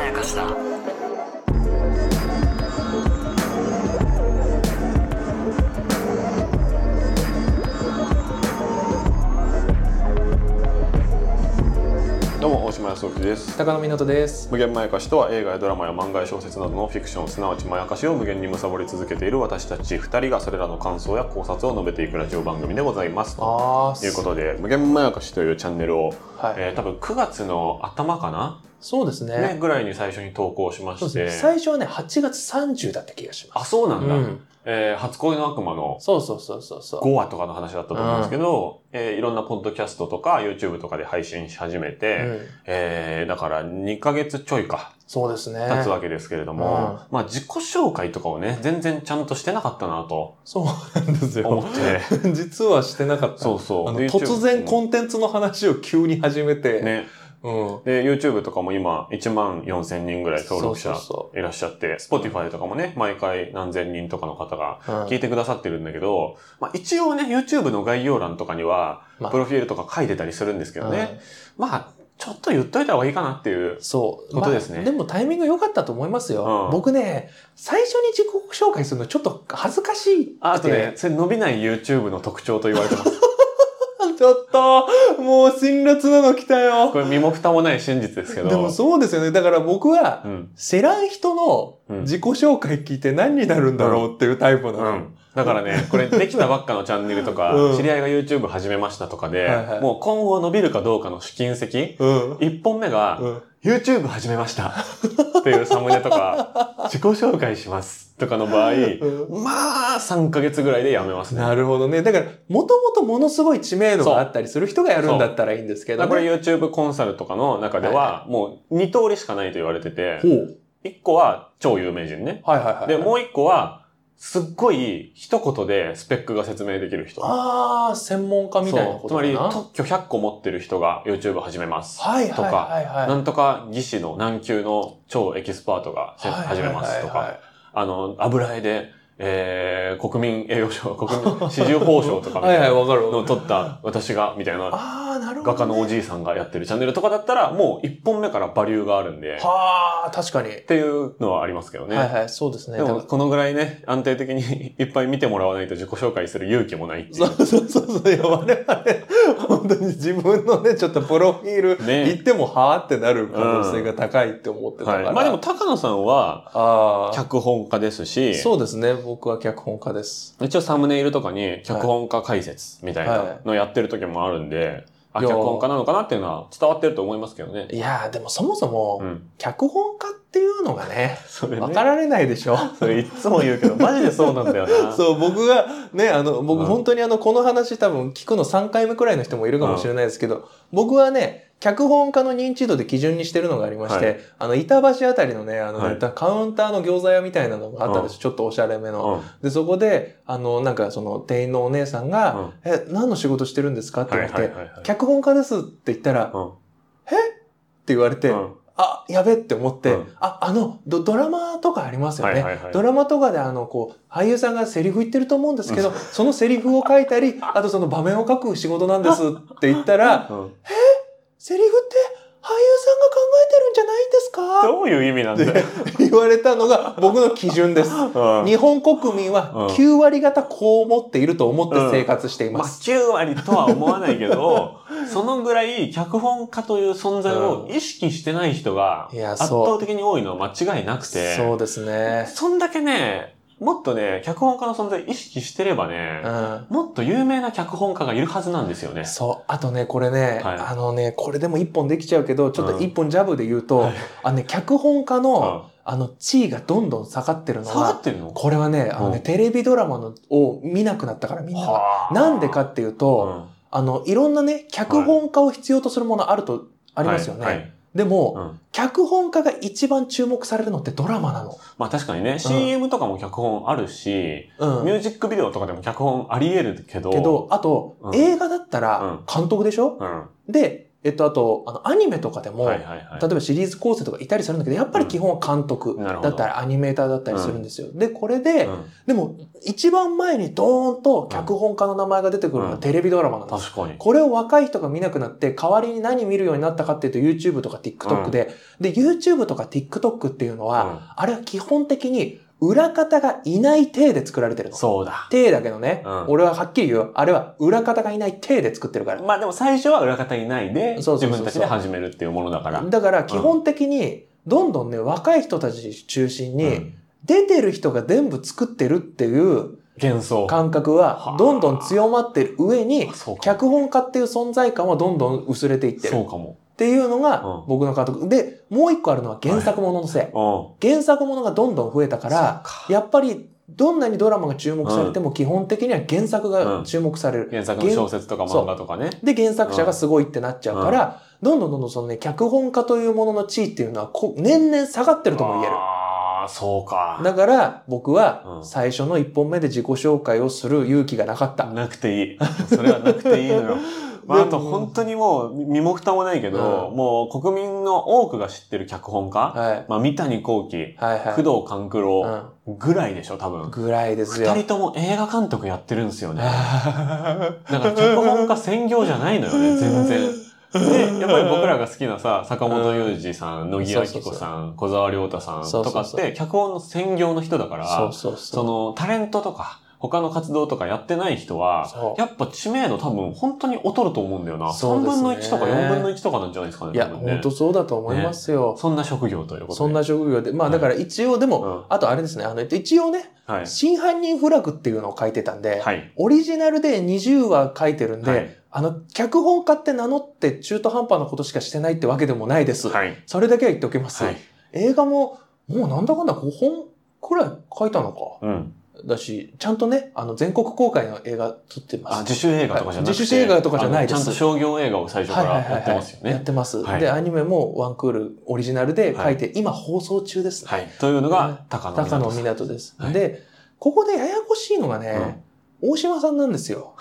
やかしだどうも大島康之です高野湊です。無限まやかしとは映画やドラマや漫画や小説などのフィクションすなわちまやかしを無限に貪り続けている私たち2人がそれらの感想や考察を述べていくラジオ番組でございますとああ、いうことで無限まやかしというチャンネルを、はい、えー多分9月の頭かな、そうですね。ね、ぐらいに最初に投稿しまそうしですてね。最初はね、8月30だった気がしまあそうなす。んだ、うん。えー初恋の悪魔のそうそうそうそうそう。 5話とかの話だったと思うんですけど、えーいろんなポッドキャストとか YouTube とかで配信し始めて、うん、えーだから2ヶ月ちょいかそうですね。立つわけですけれども、まあ自己紹介とかをね、全然ちゃんとしてなかったなと そうなんです思よ。 って、実はしてなかった。そうそう。あので突然コんンテンツの話を急に始めて、ね。うん。で、YouTube とかも今1万4千人ぐらい登録者そうそいらっしゃって、Spotify とかもね、毎回何千人とかの方がうそう、うん聞いてくださってるんだけど、まあ一応ね、YouTube の概要欄とかにはまあ、プロフィールとか書いてたりするんですけどうねん。まあ、ちょっと言っといた方がいいかなっていう。そう。ことですねまあでもタイミング良かったと思いますよ。うん僕ね、最初に自己紹介するのちょっと恥ずかしい。あとね、それ伸びない YouTube の特徴と言われてます。ちょっと、もう辛辣なの来たよ。これ身も蓋もない真実ですけど。でもそうですよね。だから僕は、うん。知らん人のうん自己紹介聞いて何になるんだろうっていうタイプなの。うん。だから ね、これできたばっかのチャンネルとか、うん知り合いが YouTube 始めましたとかで、はいはいもう今後伸びるかどうかの試金石、うん。一本目が、うん YouTube 始めましたっていうサムネと か、自己紹介しますとかの場合、うまあ、3ヶ月ぐらいでやめますんね。なるほどね。だから、もともとものすごい知名度があったりする人がやるんだったらいいんですけだかど、らね。これ YouTube コンサルとかの中では、もう2通りしかないと言われてて、ほう。 1個は超有名人ね。はいはいはい。で、もう1個は、すっごい一言でスペックが説明できる人。ああ、専門家みたいなそうつことかまなり特許100個持ってる人が YouTube 始めます、はいとはいか、はいはい。なんとか技師の難級の超エキスパートがせはい始めますとはいはいかは、あの、油絵で、えー、国民栄養賞、国民四重報賞とかみい。はたいいない は、わかるのわをか撮る。った私が、みたいな、ああ、なるほど、画ね。家のおじいさんがやってるチャンネルとかだったら、もう1本目からバリューがあるんで、っはあ、確かに。ていうのはありますけどね。はいはい、そうですね。でだも、からこのぐらいね、安定的に いっぱい見てもらわないと自己紹介する勇気もないってい。そううそうそうそう。いや、我々、本当に自分のね、ちょっとプロフィール、ね言ってもはーってなる可能性が高いって思ってたかはい、ら。まあでも、高野さんは、ああ、脚本家ですし、そうですね。僕は脚本家です。一応サムネイルとかに脚本家解説みたいなのやってる時もあるんで、あ、いや脚本家なのかなっていうのは伝わってると思いますけどね。いやー、でもそもそも、うん。脚本家っていうのがね、それ分かられないでしょ。それいっつも言うけ ど、マジで そうなんだよな。そう、僕がね、あの、う僕ん本当にあの、この話多分聞くの3回目くらいの人もいるかもしれないですけど、僕はね、脚本家の認知度で基準にしてるのがありまして、はあの、板橋あたりのね、あの、はいたカウンターの餃子屋みたいなのがあったんです、ちょっとおしゃれめの。うん。で、そこで、あの、なんかその店員のお姉さんが、うんえ、何の仕事してるんですかってはい言われて、はいはいはい。脚本家ですって言ったら、うんって言われて、うんあ、やべって思って、うんあ、あのド、ドラマとかありますよね。はいはいはいドラマとかであの、こう、俳優さんがセリフ言ってると思うんですけど、そのセリフを書いたり、あとその場面を書く仕事なんですって言ったら、うんセリフって俳優さんが考えてるんじゃないんどういう意味なですかんだよ。って言われたのが僕の基準です。うん日本国民はうん9割方こう思っていると思って生活していまあ、ます。 9割とは思わないけ ど、そのぐらい脚本家という存在を意識してない人がいや、圧そ倒的に多いのは間違いなくう。て。そうですね。そんだけね、もっとね、脚本家の存在意識してればね、うん。もっと有名な脚本家がいるはずなんですよね。そう。あとね、これね、はいあのね、これでも一本できちゃうけど、ちょっとうん一本ジャブで言うと、はいあのね、脚本家うの、んあの、地位がどんどん下がってるの下がは、ってるのこれはね、あのね、うんテレビドラマのを見なくなったからみんなが。はあなんでかっていううと、んあの、いろんなね、脚本家を必要とするものあると、ありますよね。はいはいでも、うん脚本家が一番注目されるのってドラマなの。まあ確かにね、CM とかも脚本あるし、うん。ミュージックビデオとかでも脚本あり得るけど、けど、あと、うん映画だったうらん、監督でしょ、うん、で、えっと、あと、あの、アニメとかでも、はいはいはい。例えばシリーズ構成とかいたりするんだけど、やっぱり基本は監督うんなるほどだったり、アニメーターだったりするんですよ。で、これで、うんでも、一番前にドーンと脚本家の名前が出てくるのうがんテレビドラマなんです。確かに。これを若い人が見なくなって、代わりに何見るようになったかっていうと YouTube とか TikTok で、で、YouTube とか TikTok っていうのは、あれは基本的に裏方がいない体で作られてるうんの。そうだ。体だけどね、うん俺ははっきり言うよ。あれは裏方がいない体で作ってるから。まあでも最初は裏方いないで、そうそうそう自そう分たちで始めるっていうものだから。だから基本的に、どんどんね、若い人たち中心うに、ん出てる人が全部作ってるっていう幻想。感覚ははあ、どんどん強まってる上にあ、そうかも。脚本家っていう存在感はどんどん薄れていってるそうっかも。ていうのうがん僕の監督。で、もう一個あるのは原作もののせい。うん。原作ものがどんどん増えたから、やっぱりどんなにドラマが注目されても基本的には原作が注目される。原作の小説とか漫画とかね。で、原作者がすごいってなっちゃうから、どんどんどんどんそのね、脚本家というものの地位っていうのはこう年々下がってるとも言える。ああ、そうか。だから僕はうん最初の一本目で自己紹介をする勇気がなかった。なくていい。それはなくていいの よ。まあ、あでとも本当にもうみ身も蓋もないけど、うもう国民の多くが知ってる脚本家、はい。まあ、三谷幸喜、はいはい。工藤官九郎ぐらいでしょ、多うん。分。ぐらいですよ二。人とも映画監督やってるんですよね。あだから脚本家専業じゃないのよね、全然。で、やっぱり僕らが好きなさ、坂本雄二さん、野木明子さん、小沢亮太さんそうとそかうっそうて、脚本の専業の人だかーら、 そうそうそう。そのタレントとか他の活動とかやってない人はそ、うやっぱ知名度多分本当に劣ると思うんだよな。そう3です分のね1とか4分の1とかなんじゃないですかね。いや、多分ね本当そうだと思いますよ。そんな職業ということで。そんな職業で。まあだから一応でうんも、あとあれですね、あの、一応ね、はい。真犯人フラグっていうのを書いてたんで、はい。オリジナルで20話書いてるんで、はいあの、脚本家って名乗って中途半端なことしかしてないってわけでもないです。はい。それだけは言っておきます。はい。映画も、もうなんだかんだ5本くらい書いたのか。うん。だし、ちゃんとね、あの、全国公開の映画撮ってます。あ、自主映画とかじゃなくて。はい自主映画とかじゃないですあのちゃんと商業映画を最初からやってますよやっね。てます。はいで、アニメもワンクールオリジナルで書いて、今放送中ですね。はい。というのが、高野湊高野さん。湊です。はいで、ここでややこしいのがね、大島さんなんですよ。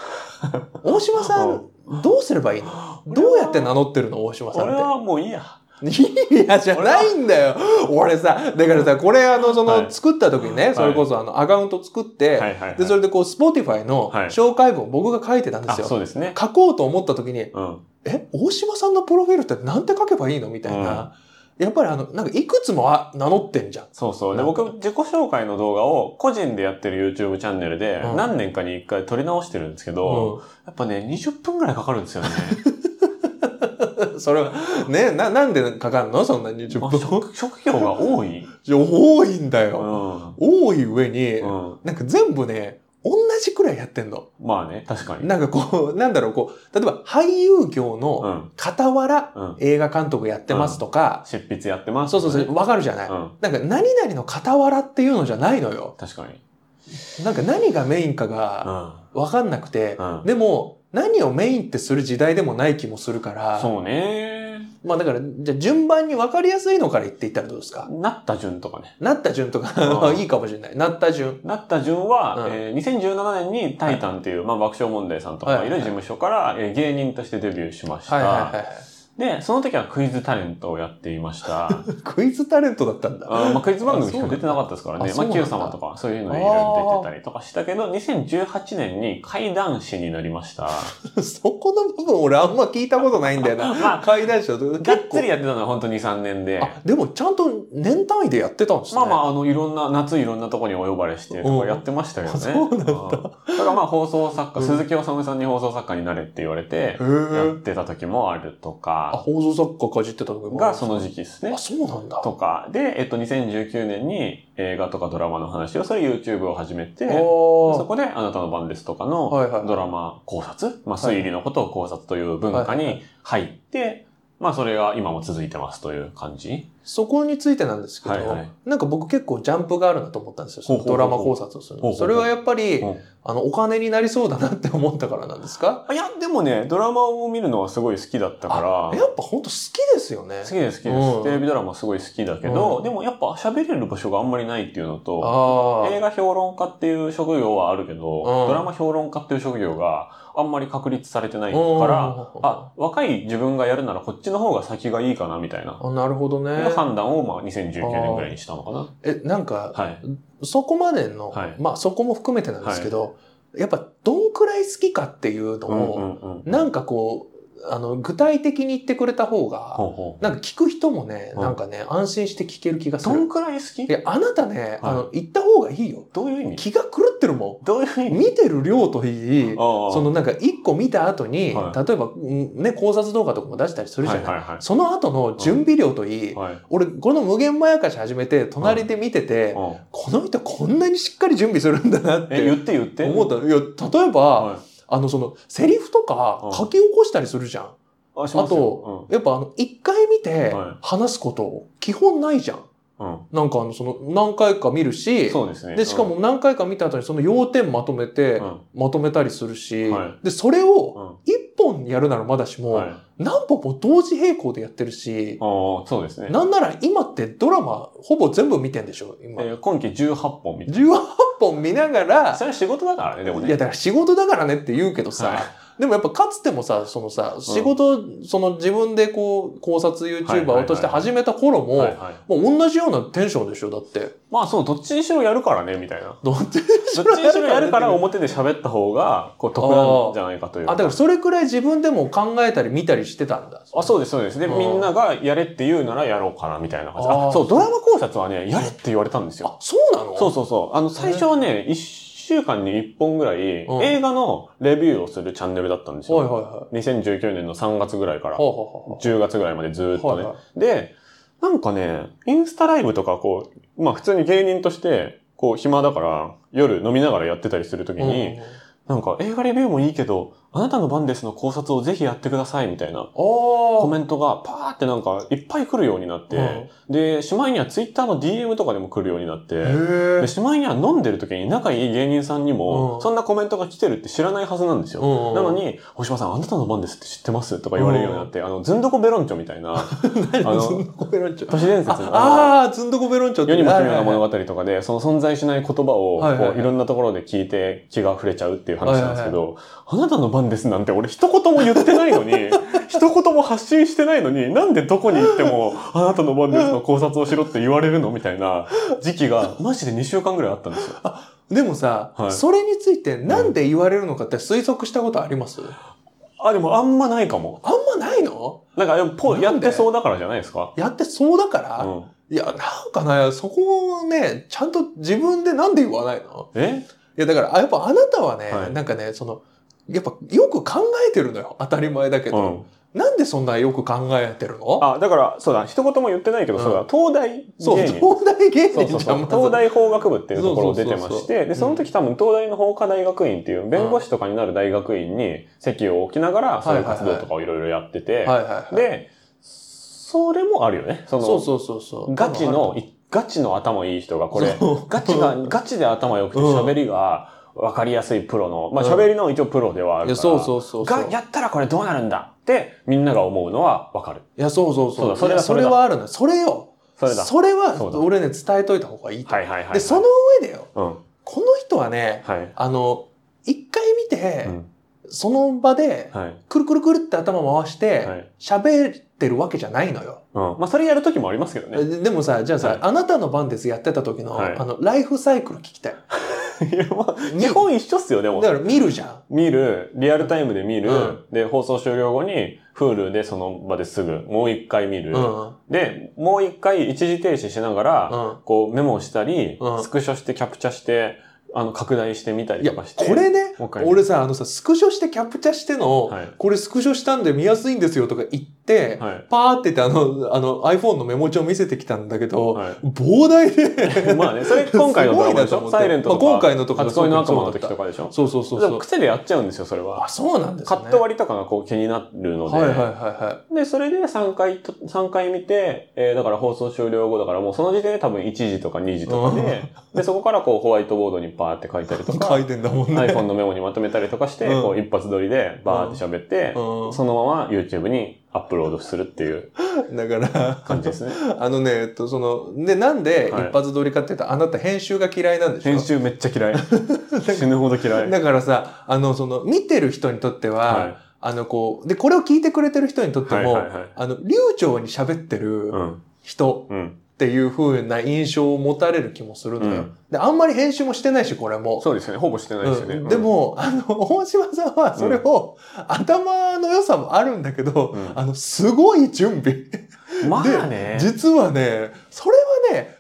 大島さん、どうすればいいのどうやって名乗ってるの大島さ俺んっはもういいや。て。いや、じゃないんだよ。俺さ、だからさ、これあの、そはいの、作った時にはいね、それこそあの、アカウント作って、いはい、はい。で、それでこう、Spotify のはい紹介文を僕が書いてたんであ、すよ。そうですね。書こうと思った時に、うん。え、大島さんのプロフィールってなんて書けばいいのみたいな。やっぱりあの、なんかいくつもあ名乗ってんじゃん。そうそう。で、なんか僕、自己紹介の動画を個人でやってる YouTube チャンネルで、うん何年かに一回撮り直してるんですけど、やっぱね、20分ぐらいかかるんですよ ね。うん、それは、ね、な、なんでかかるのそんな20あ分。職職業が多 い。多いんだうよ。ん。多い上に、うん。なんか全部ね、同じくらいやってんの。まあね、確かに。なんかこう、なんだろう、こう、例えば俳優業うのん。傍らうん。映画監督やってますとか、執筆やってます。そうそうそう、わかるじゃない。うん。なんか何々の傍らっていうのじゃないのよ。確かに。なんか何がメインかうがん。わかんなくて、うんでも、何をメインってする時代でもない気もするから、そうね。まあだから、じゃあ順番に分かりやすいのから言っていったらどうですかなった順とかね。なった順とかうんいいかもしれない。なった順。なった順は、うんえー2017年にタイタンっていう、まあ、爆笑問題さんとかいる事務所から、えー芸人としてデビューしました。はいはいはいはで、その時はクイズタレントをやっていま した。い。クイズタレントだったんだ。あーまあ、クイズ番組しか出てなかったですからね。あまそあ、うなんだ Q 様とか、そういうのにいろいろ出てたりとかしたけど、2018年に怪談師になりました。そこの部分俺あんま聞いたことないんだ よまな。怪談師だ と。がっつりやってたのは本当に2、3年で。あ、でもちゃんと年単位でやってたんですね。まあまあ、あの、いろんな、夏いろんなとこにお呼ばれしてとかやってました けどね。うんそうなんだだからまあ、放送作家、うん鈴木治さんに放送作家になれって言われてへ、やっえ。てた時もあるとあ、か、放送作家かじってた時もあがるその時期ですねあ、。そうなんだ。とか、で、えっと、2019年に映画とかドラマの話をする YouTube を始めて、そおーこであなたの番ですとかのはいはいドラマ考察、まあ、推理のことを考察という文化に入って、まあそれが今も続いてますという感じ。そこについてなんですけど、はいはいなんか僕結構ジャンプがあるなと思ったんですよ。そのほうほドうほラうほマう考察をするほうほうの。ほうそれはやっぱり、うんあの、お金になりそうだなって思ったからなんですかいや、でもね、ドラマを見るのはすごい好きだったあからや、っぱ本当好きですよね好。きです、好きうでんす。テレビドラマすごい好きだけうど、んでもやっぱ喋れる場所があんまりないっていうのと、ああ。映画評論家っていう職業はあるけど、うんドラマ評論家っていう職業があんまり確立されてないかうんら、あ、若い自分がやるならこっちの方が先がいいかなみたいな、あなるほどね。判断をまあ2019年ぐらいにしたのかな。え、なんか、はい。そこまでの、はいまあそこも含めてなんですけど、やっぱどんくらい好きかっていうのを、うんうんなんかこう、あの、具体的に言ってくれた方が、ほうほうなんか聞く人もね、うんなんかね、安心して聞ける気がすどんる。くらい好きいや、あなたね、あの、言った方がいいよ。どういう意味気が狂ってるもどういう意ん。味見てる量といい、そそのなんか一個見た後に、は例えば、うんね、考察動画とかも出したりするじゃない。はいはいはいその後の準備量といい、はい。俺、この無限まやかし始めて、隣で見てて、うんこの人こんなにしっかり準備するんだなっえ、言ってて言って。思った。いや、例えば、はいあの、その、セリフとかうん書き起こしたりするじゃん。あ、しあますとよ、やっぱあの、一回見てはい話すこと、基本ないじゃうん。んうんなんかあの、その、何回か見るし、そうですね。で、しかも何回か見た後にその要点まとめうてん、、うんまとめたりするしは、で、それをうん一本やるならまだしはいも、何本も同時並行でやってるしあ、ーそうですね。なんなら今ってドラマほぼ全部見てんでしょ、今。えー今期18本みたい18本見なな。がらそ、れは仕事だからね、でもね。いやだから仕事だからねって言うけどはいさ、でもやっぱかつてもさ、そのさ、仕事、その自分でこう、考察はいはい YouTuber はいをとして始めた頃はいも、はいもう同じようなテンションでしょ、だって。まあそう、どっちにしろやるからね、みたいな。どっちどっちにしろやるから表で喋った方が、こう、得なんじゃないかというあ、だからそれくらい自分でも考えたり見たりしてたんだ。あ、そうです、そうです。で、うんみんながやれって言うならやろうかな、みたいな感じ。あーあ、そう、ドラマ考察はね、やれって言われたんですよ。あ、そうなのそうそうそう。あの、最初はね、1週間に1本ぐらい、うん映画のレビューをするチャンネルだったんですはいよ。はいはい。 2019年の3月ぐらいから、は10月ぐらいまでずーっあはあはあとね。で、なんかね、インスタライブとかこう、まあ普通に芸人として、こう暇だから、夜飲みながらやってたりするときはいはいに、なんか映画レビューもいいけど、あなたの番ですの考察をぜひやってくださいみたいなコうんあメントがパーってなんかいっぱい来るようになっー。て、で、しまいにはツイッターの DM とかでも来るようになって、うんへで、ーしまいには飲んでる時に仲いい芸人さんにうもん、そんなコメントが来てるって知らないはずなんですよ。うんなのに、星葉さん、あなたの番ですって知ってますとか言われるようになって、あの、ずんどこベロンチョみたいな、 何あのずんどこベロンチョ。都市伝説のあのああー、ずんどこベロンチョって世にも奇妙な物は語とかで、その存在しない言葉を、はいはいはこ、いういろんなところで聞いて気が触れちゃうっていう話なんですけど、あなたの番ですなんて俺一言も言ってない のに、一言も発信してないのに、なんでどこに行っても、あなたの番ですの考察をしろって言われるのみたいな時期が、マジで2週間ぐらいあったんですよ。いはいでもさ、はいそれについてなんで言われるのかって推測したことありますああ、でもあんまないかも。んまないのなんか、でもポなんでやってそうだからじゃないですか。やってそうだから、うんいや、なんかね、そこをね、ちゃんと自分でなんで言わないのえいや、だから、あやっぱあなたはね、はいなんかね、その、やっぱよく考えてるのよ。当たり前だけうど。ん。なんでそんなよく考えてるのあ、だから、そうだ、一言も言ってないけど、うんそうだ、東大芸人。そう、東大芸そうそ人うじそゃう。ん。まず東大法学部っていうところを出てまそうそうしそうそて、うで、その時多分東大の法科大学院っていう弁護士とかになる大学院に席を置きながら、そういう活動とかをいろいろやってて、はいはいはい。で、それもあるよね。そそうの、そうそうそう。ガチの、ガチの頭いい人がこれそう、ガチが、ガチで頭良くてうん喋りが分かりやすいプロの、まあうん喋りの一応プロではあいるや、から、そうそうそうそう。が、やったらこれどうなるんだってみんなが思うのは分かる。いや、そうそそううそう。だそれだいやそれそれだはあるのよ。それよ。それだ。それはそうだ、俺ね、伝えといた方がいいと。はいはいはいはい。で、その、上でよ、うん。この人はね、はい。あの、一回見てう、ん。その場で、はい。くるくるくるって頭回はしいて、喋ってるわけじゃないのよ。うん。まあそれやる時もありますけどね。ででもさ、じゃあはいさ、あなたの番ですやってた時の、はいあの、ライフサイクル聞 きたい。いや、まあ、見基本一緒っすよ、でだもか。ら見るじゃん。見る、リアルタイムで見る、うんで、放送終了後に、Hulu でその場ですぐ、もう一回見る、うん。で、もう一回一時停止しながら、うんこうメモしたり、うんスクショしてキャプチャして、あの、拡大してみたりいや、とかして。これね、わかります俺さ、あのさ、スクショしてキャプチャしての、はいこれスクショしたんで見やすいんですよとか言って、はい。パーって言ってあの、あの iPhone のメモ帳見せてきたんだけど、はい膨 大で。まあね、そ れ今回のドラマですしごいなと思ょってサイレントとか。まあ今回のとかも初恋の悪魔の時とかでしょそうそうそうでそもう。癖でやっちゃうんですよ、それはあ、。そうなんですね。カット割りとかがこう気になるので。はいはいはいはで、それで3回と、三回見て、えーだから放送終了後だからもうその時点で多分1時とか2時とかで、で、そこからこうホワイトボードにバー って書いたりとい。書かい、てんだもんね。 iPhone のメモにまとめたりとかして、うんこう一発撮りでバーって喋って、うんそのまま YouTube にアップロードするっていうだから、感じですね。 あのね、えっと、その、で、なんではい一発撮りかって言ったら、あなた編集が嫌いなんでし ょ編集めっちゃ 嫌い。死ぬほど嫌い。だからさ、あの、その、見てる人にとっては、はいあの、こう、で、これを聞いてくれてる人にとっても、はいはいはいあの、流暢に喋ってるうん。人うん。っていう風な印象を持たれる気もするのよ。うんで、あんまり編集もしてないし、これも。そうですよね。ほぼしてないですよね。ううんんで、も、あの、大島さんはそれを、頭の良さもあるんだけど、うんあの、すごい準備。まあね。実はね、それはね、伝え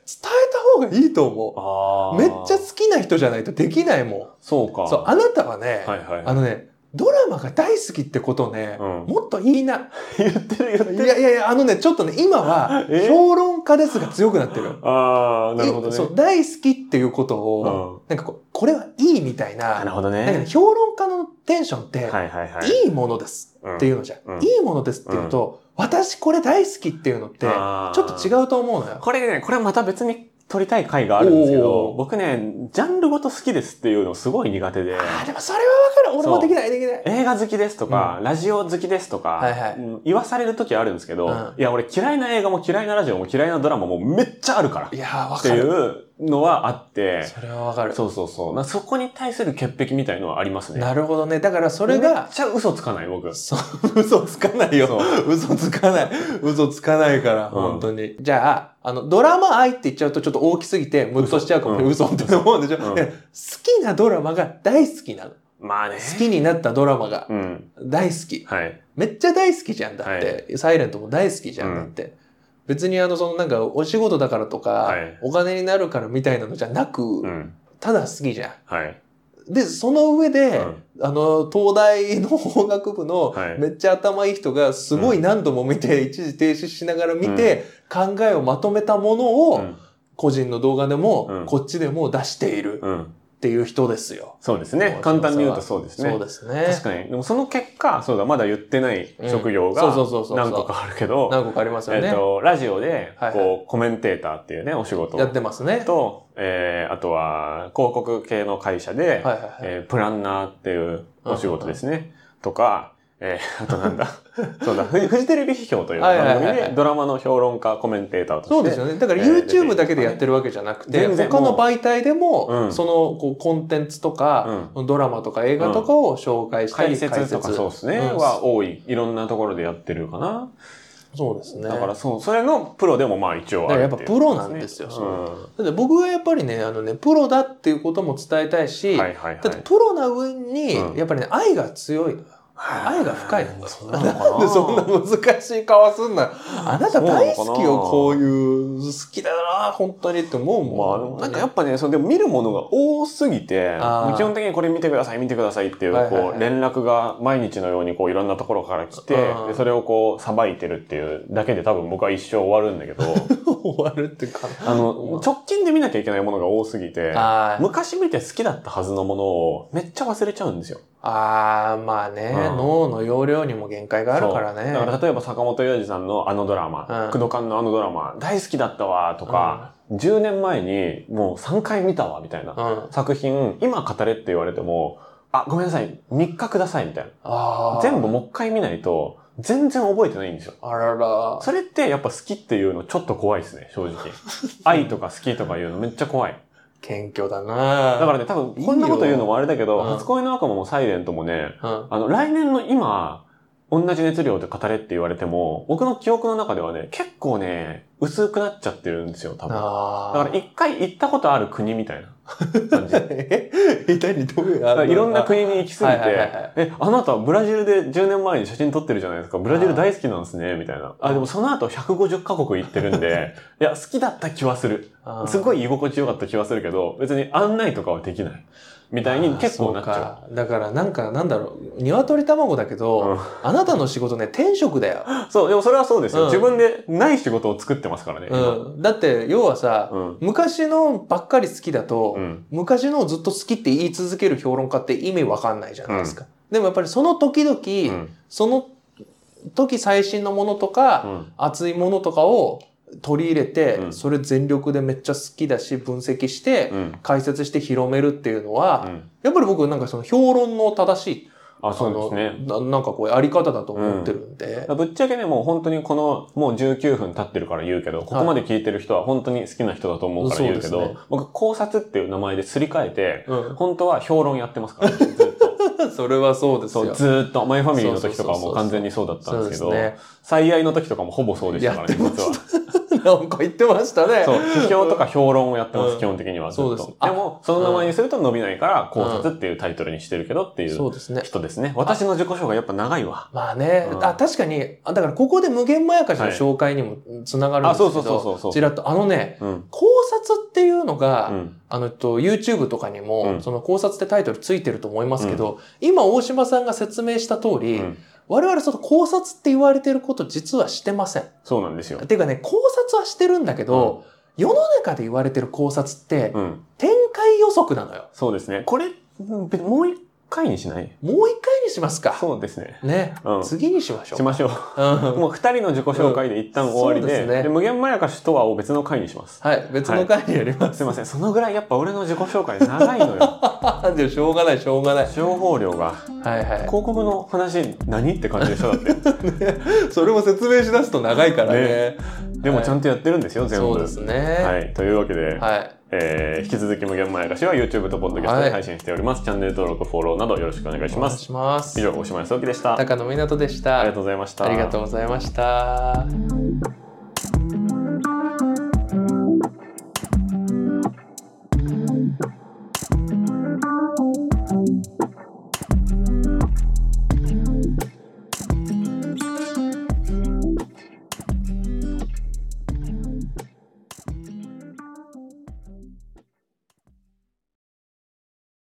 た方がいいと思あう。ーめっちゃ好きな人じゃないとできないもそうか。ん。そう、あなたはね、はいはい。あのね、ドラマが大好きってことね、うんもっと言い な。言ってる言っている。、やいやいや、あのね、ちょっとね、今はえ評論家ですが強くなってる。ああ、 なるほどいね。そう、大好きっていうことを、うんなんかこう、これはいいみたいなな、るほどなんかねね。評論家のテンションって、はいはいはい。いいものですっていうのじゃ、うんん、いいものですっていうと、私これ大好きっていうのって、ちあーょっと違うと思うのよ。これね、これはまた別に撮りたい回があるんですけおどー、僕ね、ジャンルごと好きですっていうのすごい苦手で、ああ、でもそれはわかる。俺もできない、できない。映画好きですとか、ラジオ好きですとか、はいはいうん言わされる時あるんですけど、うんいや、俺嫌いな映画も嫌いなラジオも嫌いなドラマもめっちゃあるからいやー、わってかいる。うのはあって、それはわかる。そうそうそう。なそこに対する潔癖みたいのはありますね。なるほどね。だからそれめがっ、ちゃ嘘つかない、僕。そう、嘘つかないよそ。嘘つかない。嘘つかないから、ん本当に。じゃあ、あの、ドラマ愛って言っちゃうとちょっと大きすぎて、ムッとしちゃうかもね。嘘って思うんでしょ。うんだから好きなドラマが大好きなの。好まあね。きになったドラマがうん。大好き。はい。めっちゃ大好きじゃんだって、サイレントも大好きじゃんだって、別にあのそのなんかお仕事だからとか、はいお金になるからみたいなのじゃなく、うん。ただ好きじゃん。はい。でその上で、あの東大の法学部のはいめっちゃ頭いい人がすごい何度も見て、一時停止しながら見て、考えをまとめたものを、うん。個人の動画でも、うんこっちでも出しているうん。っていう人ですよ。そうですね。簡単に言うとそうですね。そうですね。確かに。でもその結果、そうだ、まだ言ってない職業がうんそうそうそうそう何個かあるけど、何個かありますよね。えっと、ラジオで、はいはいこう、コメンテーターっていうね、お仕事やってますね。と、えーあとは、広告系の会社で、はいはいはいえープランナーっていうお仕事ですね。とか、えーあとなん だ、そうだ、フジフジテレビ批評というはいはいは番い組でドラマの評論家、コメンテーターとして。そうですよね。だからえー YouTube だけでやってるわけじゃなくて、全然他の媒体でも、うんそのこうコンテンツとか、ドラマとか映画とかを紹介したり、解説とかそうですね、うんは多い。いろんなところでやってるかな。そうですね。だからそう、それのプロでもまあ一応あるっていうだからやっぱプロなんですよそれうんだって僕はやっぱりね、あのね、プロだっていうことも伝えたいし、はいはいはい。だってプロな上に、うんやっぱりね、愛が強い。愛が深いなんかそんななのかんでそんな難しい顔すんな。あなた大好きよ、こそうういう、好きだな、本当にって思うもん。まあ、なんかやっぱね、そのでも見るものが多すぎてあー、基本的にこれ見てください、見てくださいっていう、はいはいはいこう、連絡が毎日のように、こう、いろんなところから来て、うんでそれをこう、さばいてるっていうだけで多分僕は一生終わるんだ けど、終わるっていうか。あの、直近で見なきゃいけないものが多すぎて、あー昔見て好きだったはずのものをめっちゃ忘れちゃうんですよ。あー、まあね、うん脳の容量にも限界があるからそね。うだから例えば坂本龍二さんのあのドラうんマ、工藤館のあのドラマ、大好きだったわとか、10年前にもう3回見たわみたいなうん。作品、今語れって言われても、あ、ごめんなさい、3日くださいみたいあな。あ。全部もう一回見ないと、全然覚えてないんですよ。あらら。それってやっぱ好きっていうのちょっと怖いですね、 正直。愛とか好きとかいうのめっちゃ怖い。謙虚だなだからね、多分こんなこと言うのもあれだけど、いいようん初恋の悪魔もサイレントもね、ら、うん。あの、来年の今、同じ熱量で語れって言われても、僕の記憶の中ではね、結構ね、薄くなっちゃってるんですよ、多分。だ あから一回行ったことある国みたいな 感じ。だあ。ええ何どういうかあらいろんなあ国に行きすぎはていはいはいはい、え、あなたブラジルで10年前に写真撮ってるじゃないですか、ブラジル大好きなんですね、みたいな。あ、でもその後150カ国行ってるん で、いや、好きだった気はする。あーすごい居心地よかった気はするけど、別に案内とかはできない。みたいに結構なっちゃあーそうかだからなんかなんだろう鶏卵だけど、うんあなたの仕事ね天職だよ、う。そう、でもそれはそうですよ。うん自分でない仕事を作ってますからね。今うん、だって要はさ、うん昔のばっかり好きだと、うん昔のをずっと好きって言い続ける評論家って意味わかんないじゃないですか、でもやっぱりその時々、うんその時最新のものとか、うん熱いものとかを取り入れて、うんそれ全力でめっちゃ好きだし分析して、うん解説して広めるっていうのは、うんやっぱり僕なんかその評論の正しいあ、そうですね。あのななんかこうやり方だと思ってるんで、ぶっちゃけね、もう本当にこの、もう19分経ってるから言うけど、ここまで聞いてる人は本当に好きな人だと思うから言うけど、そうですね僕、考察っていう名前ですり替えて、うん本当は評論やってますから、ずっと。それはそうですそよう、ずーっと、マイファミリーの時とかはもう完全にそうだったんですけそうどですね、最愛の時とかもほぼそうでしたからね、やってま実しは。なんか言ってましたねそう、批評とか評論をやってまうす、ん基本的にはずっと。そうでですあも、その名前にすると伸びないから、考察っていうタイトルにしてるけどっていそううですね人ですね。私の自己紹介やっぱ長いわ。まあね、うんあ確かにあだからここで無限まやかしの紹介にもつながるんですけあそうそうそうそうそどうちらっとあのねうん。考察っていうのが、うん。あのえっと YouTube とかにも、うんその考察ってタイトルついてると思いますけど、今大島さんが説明した通り、うん我々その考察って言われてること実はしてません。そうなんですよ。ていうかね考察はしてるんだけど、世の中で言われてる考察って、うん。展開予測なのよ。そうですね。これ、うんべもう一回にしないもう一回にしますか。そうですね。ね、うん次にしましょう。しましょうんう。 もう二人の自己紹介で一旦終わりで、うんそうですねで無限まやかしとはを別の回にします。はい、別の回にやりますいません、そのぐらいやっぱ俺の自己紹介長いの よ。す。でもしょうがない、しょうがない。情報量が。はいは広告の話何って感じでしょだって。い。それも説明しだすと長いからね。でもちゃんとやってるんですよ、全部。そうですね。はい。というわけで、はい。えー引き続き無限まやかしは YouTube と Podcast はいで配信しております。チャンネル登録、フォローなどよろしくお願いしおま願いす。します以。上、大島康之でした。あり高野湊でしがた。とうございました。ありがとうございました。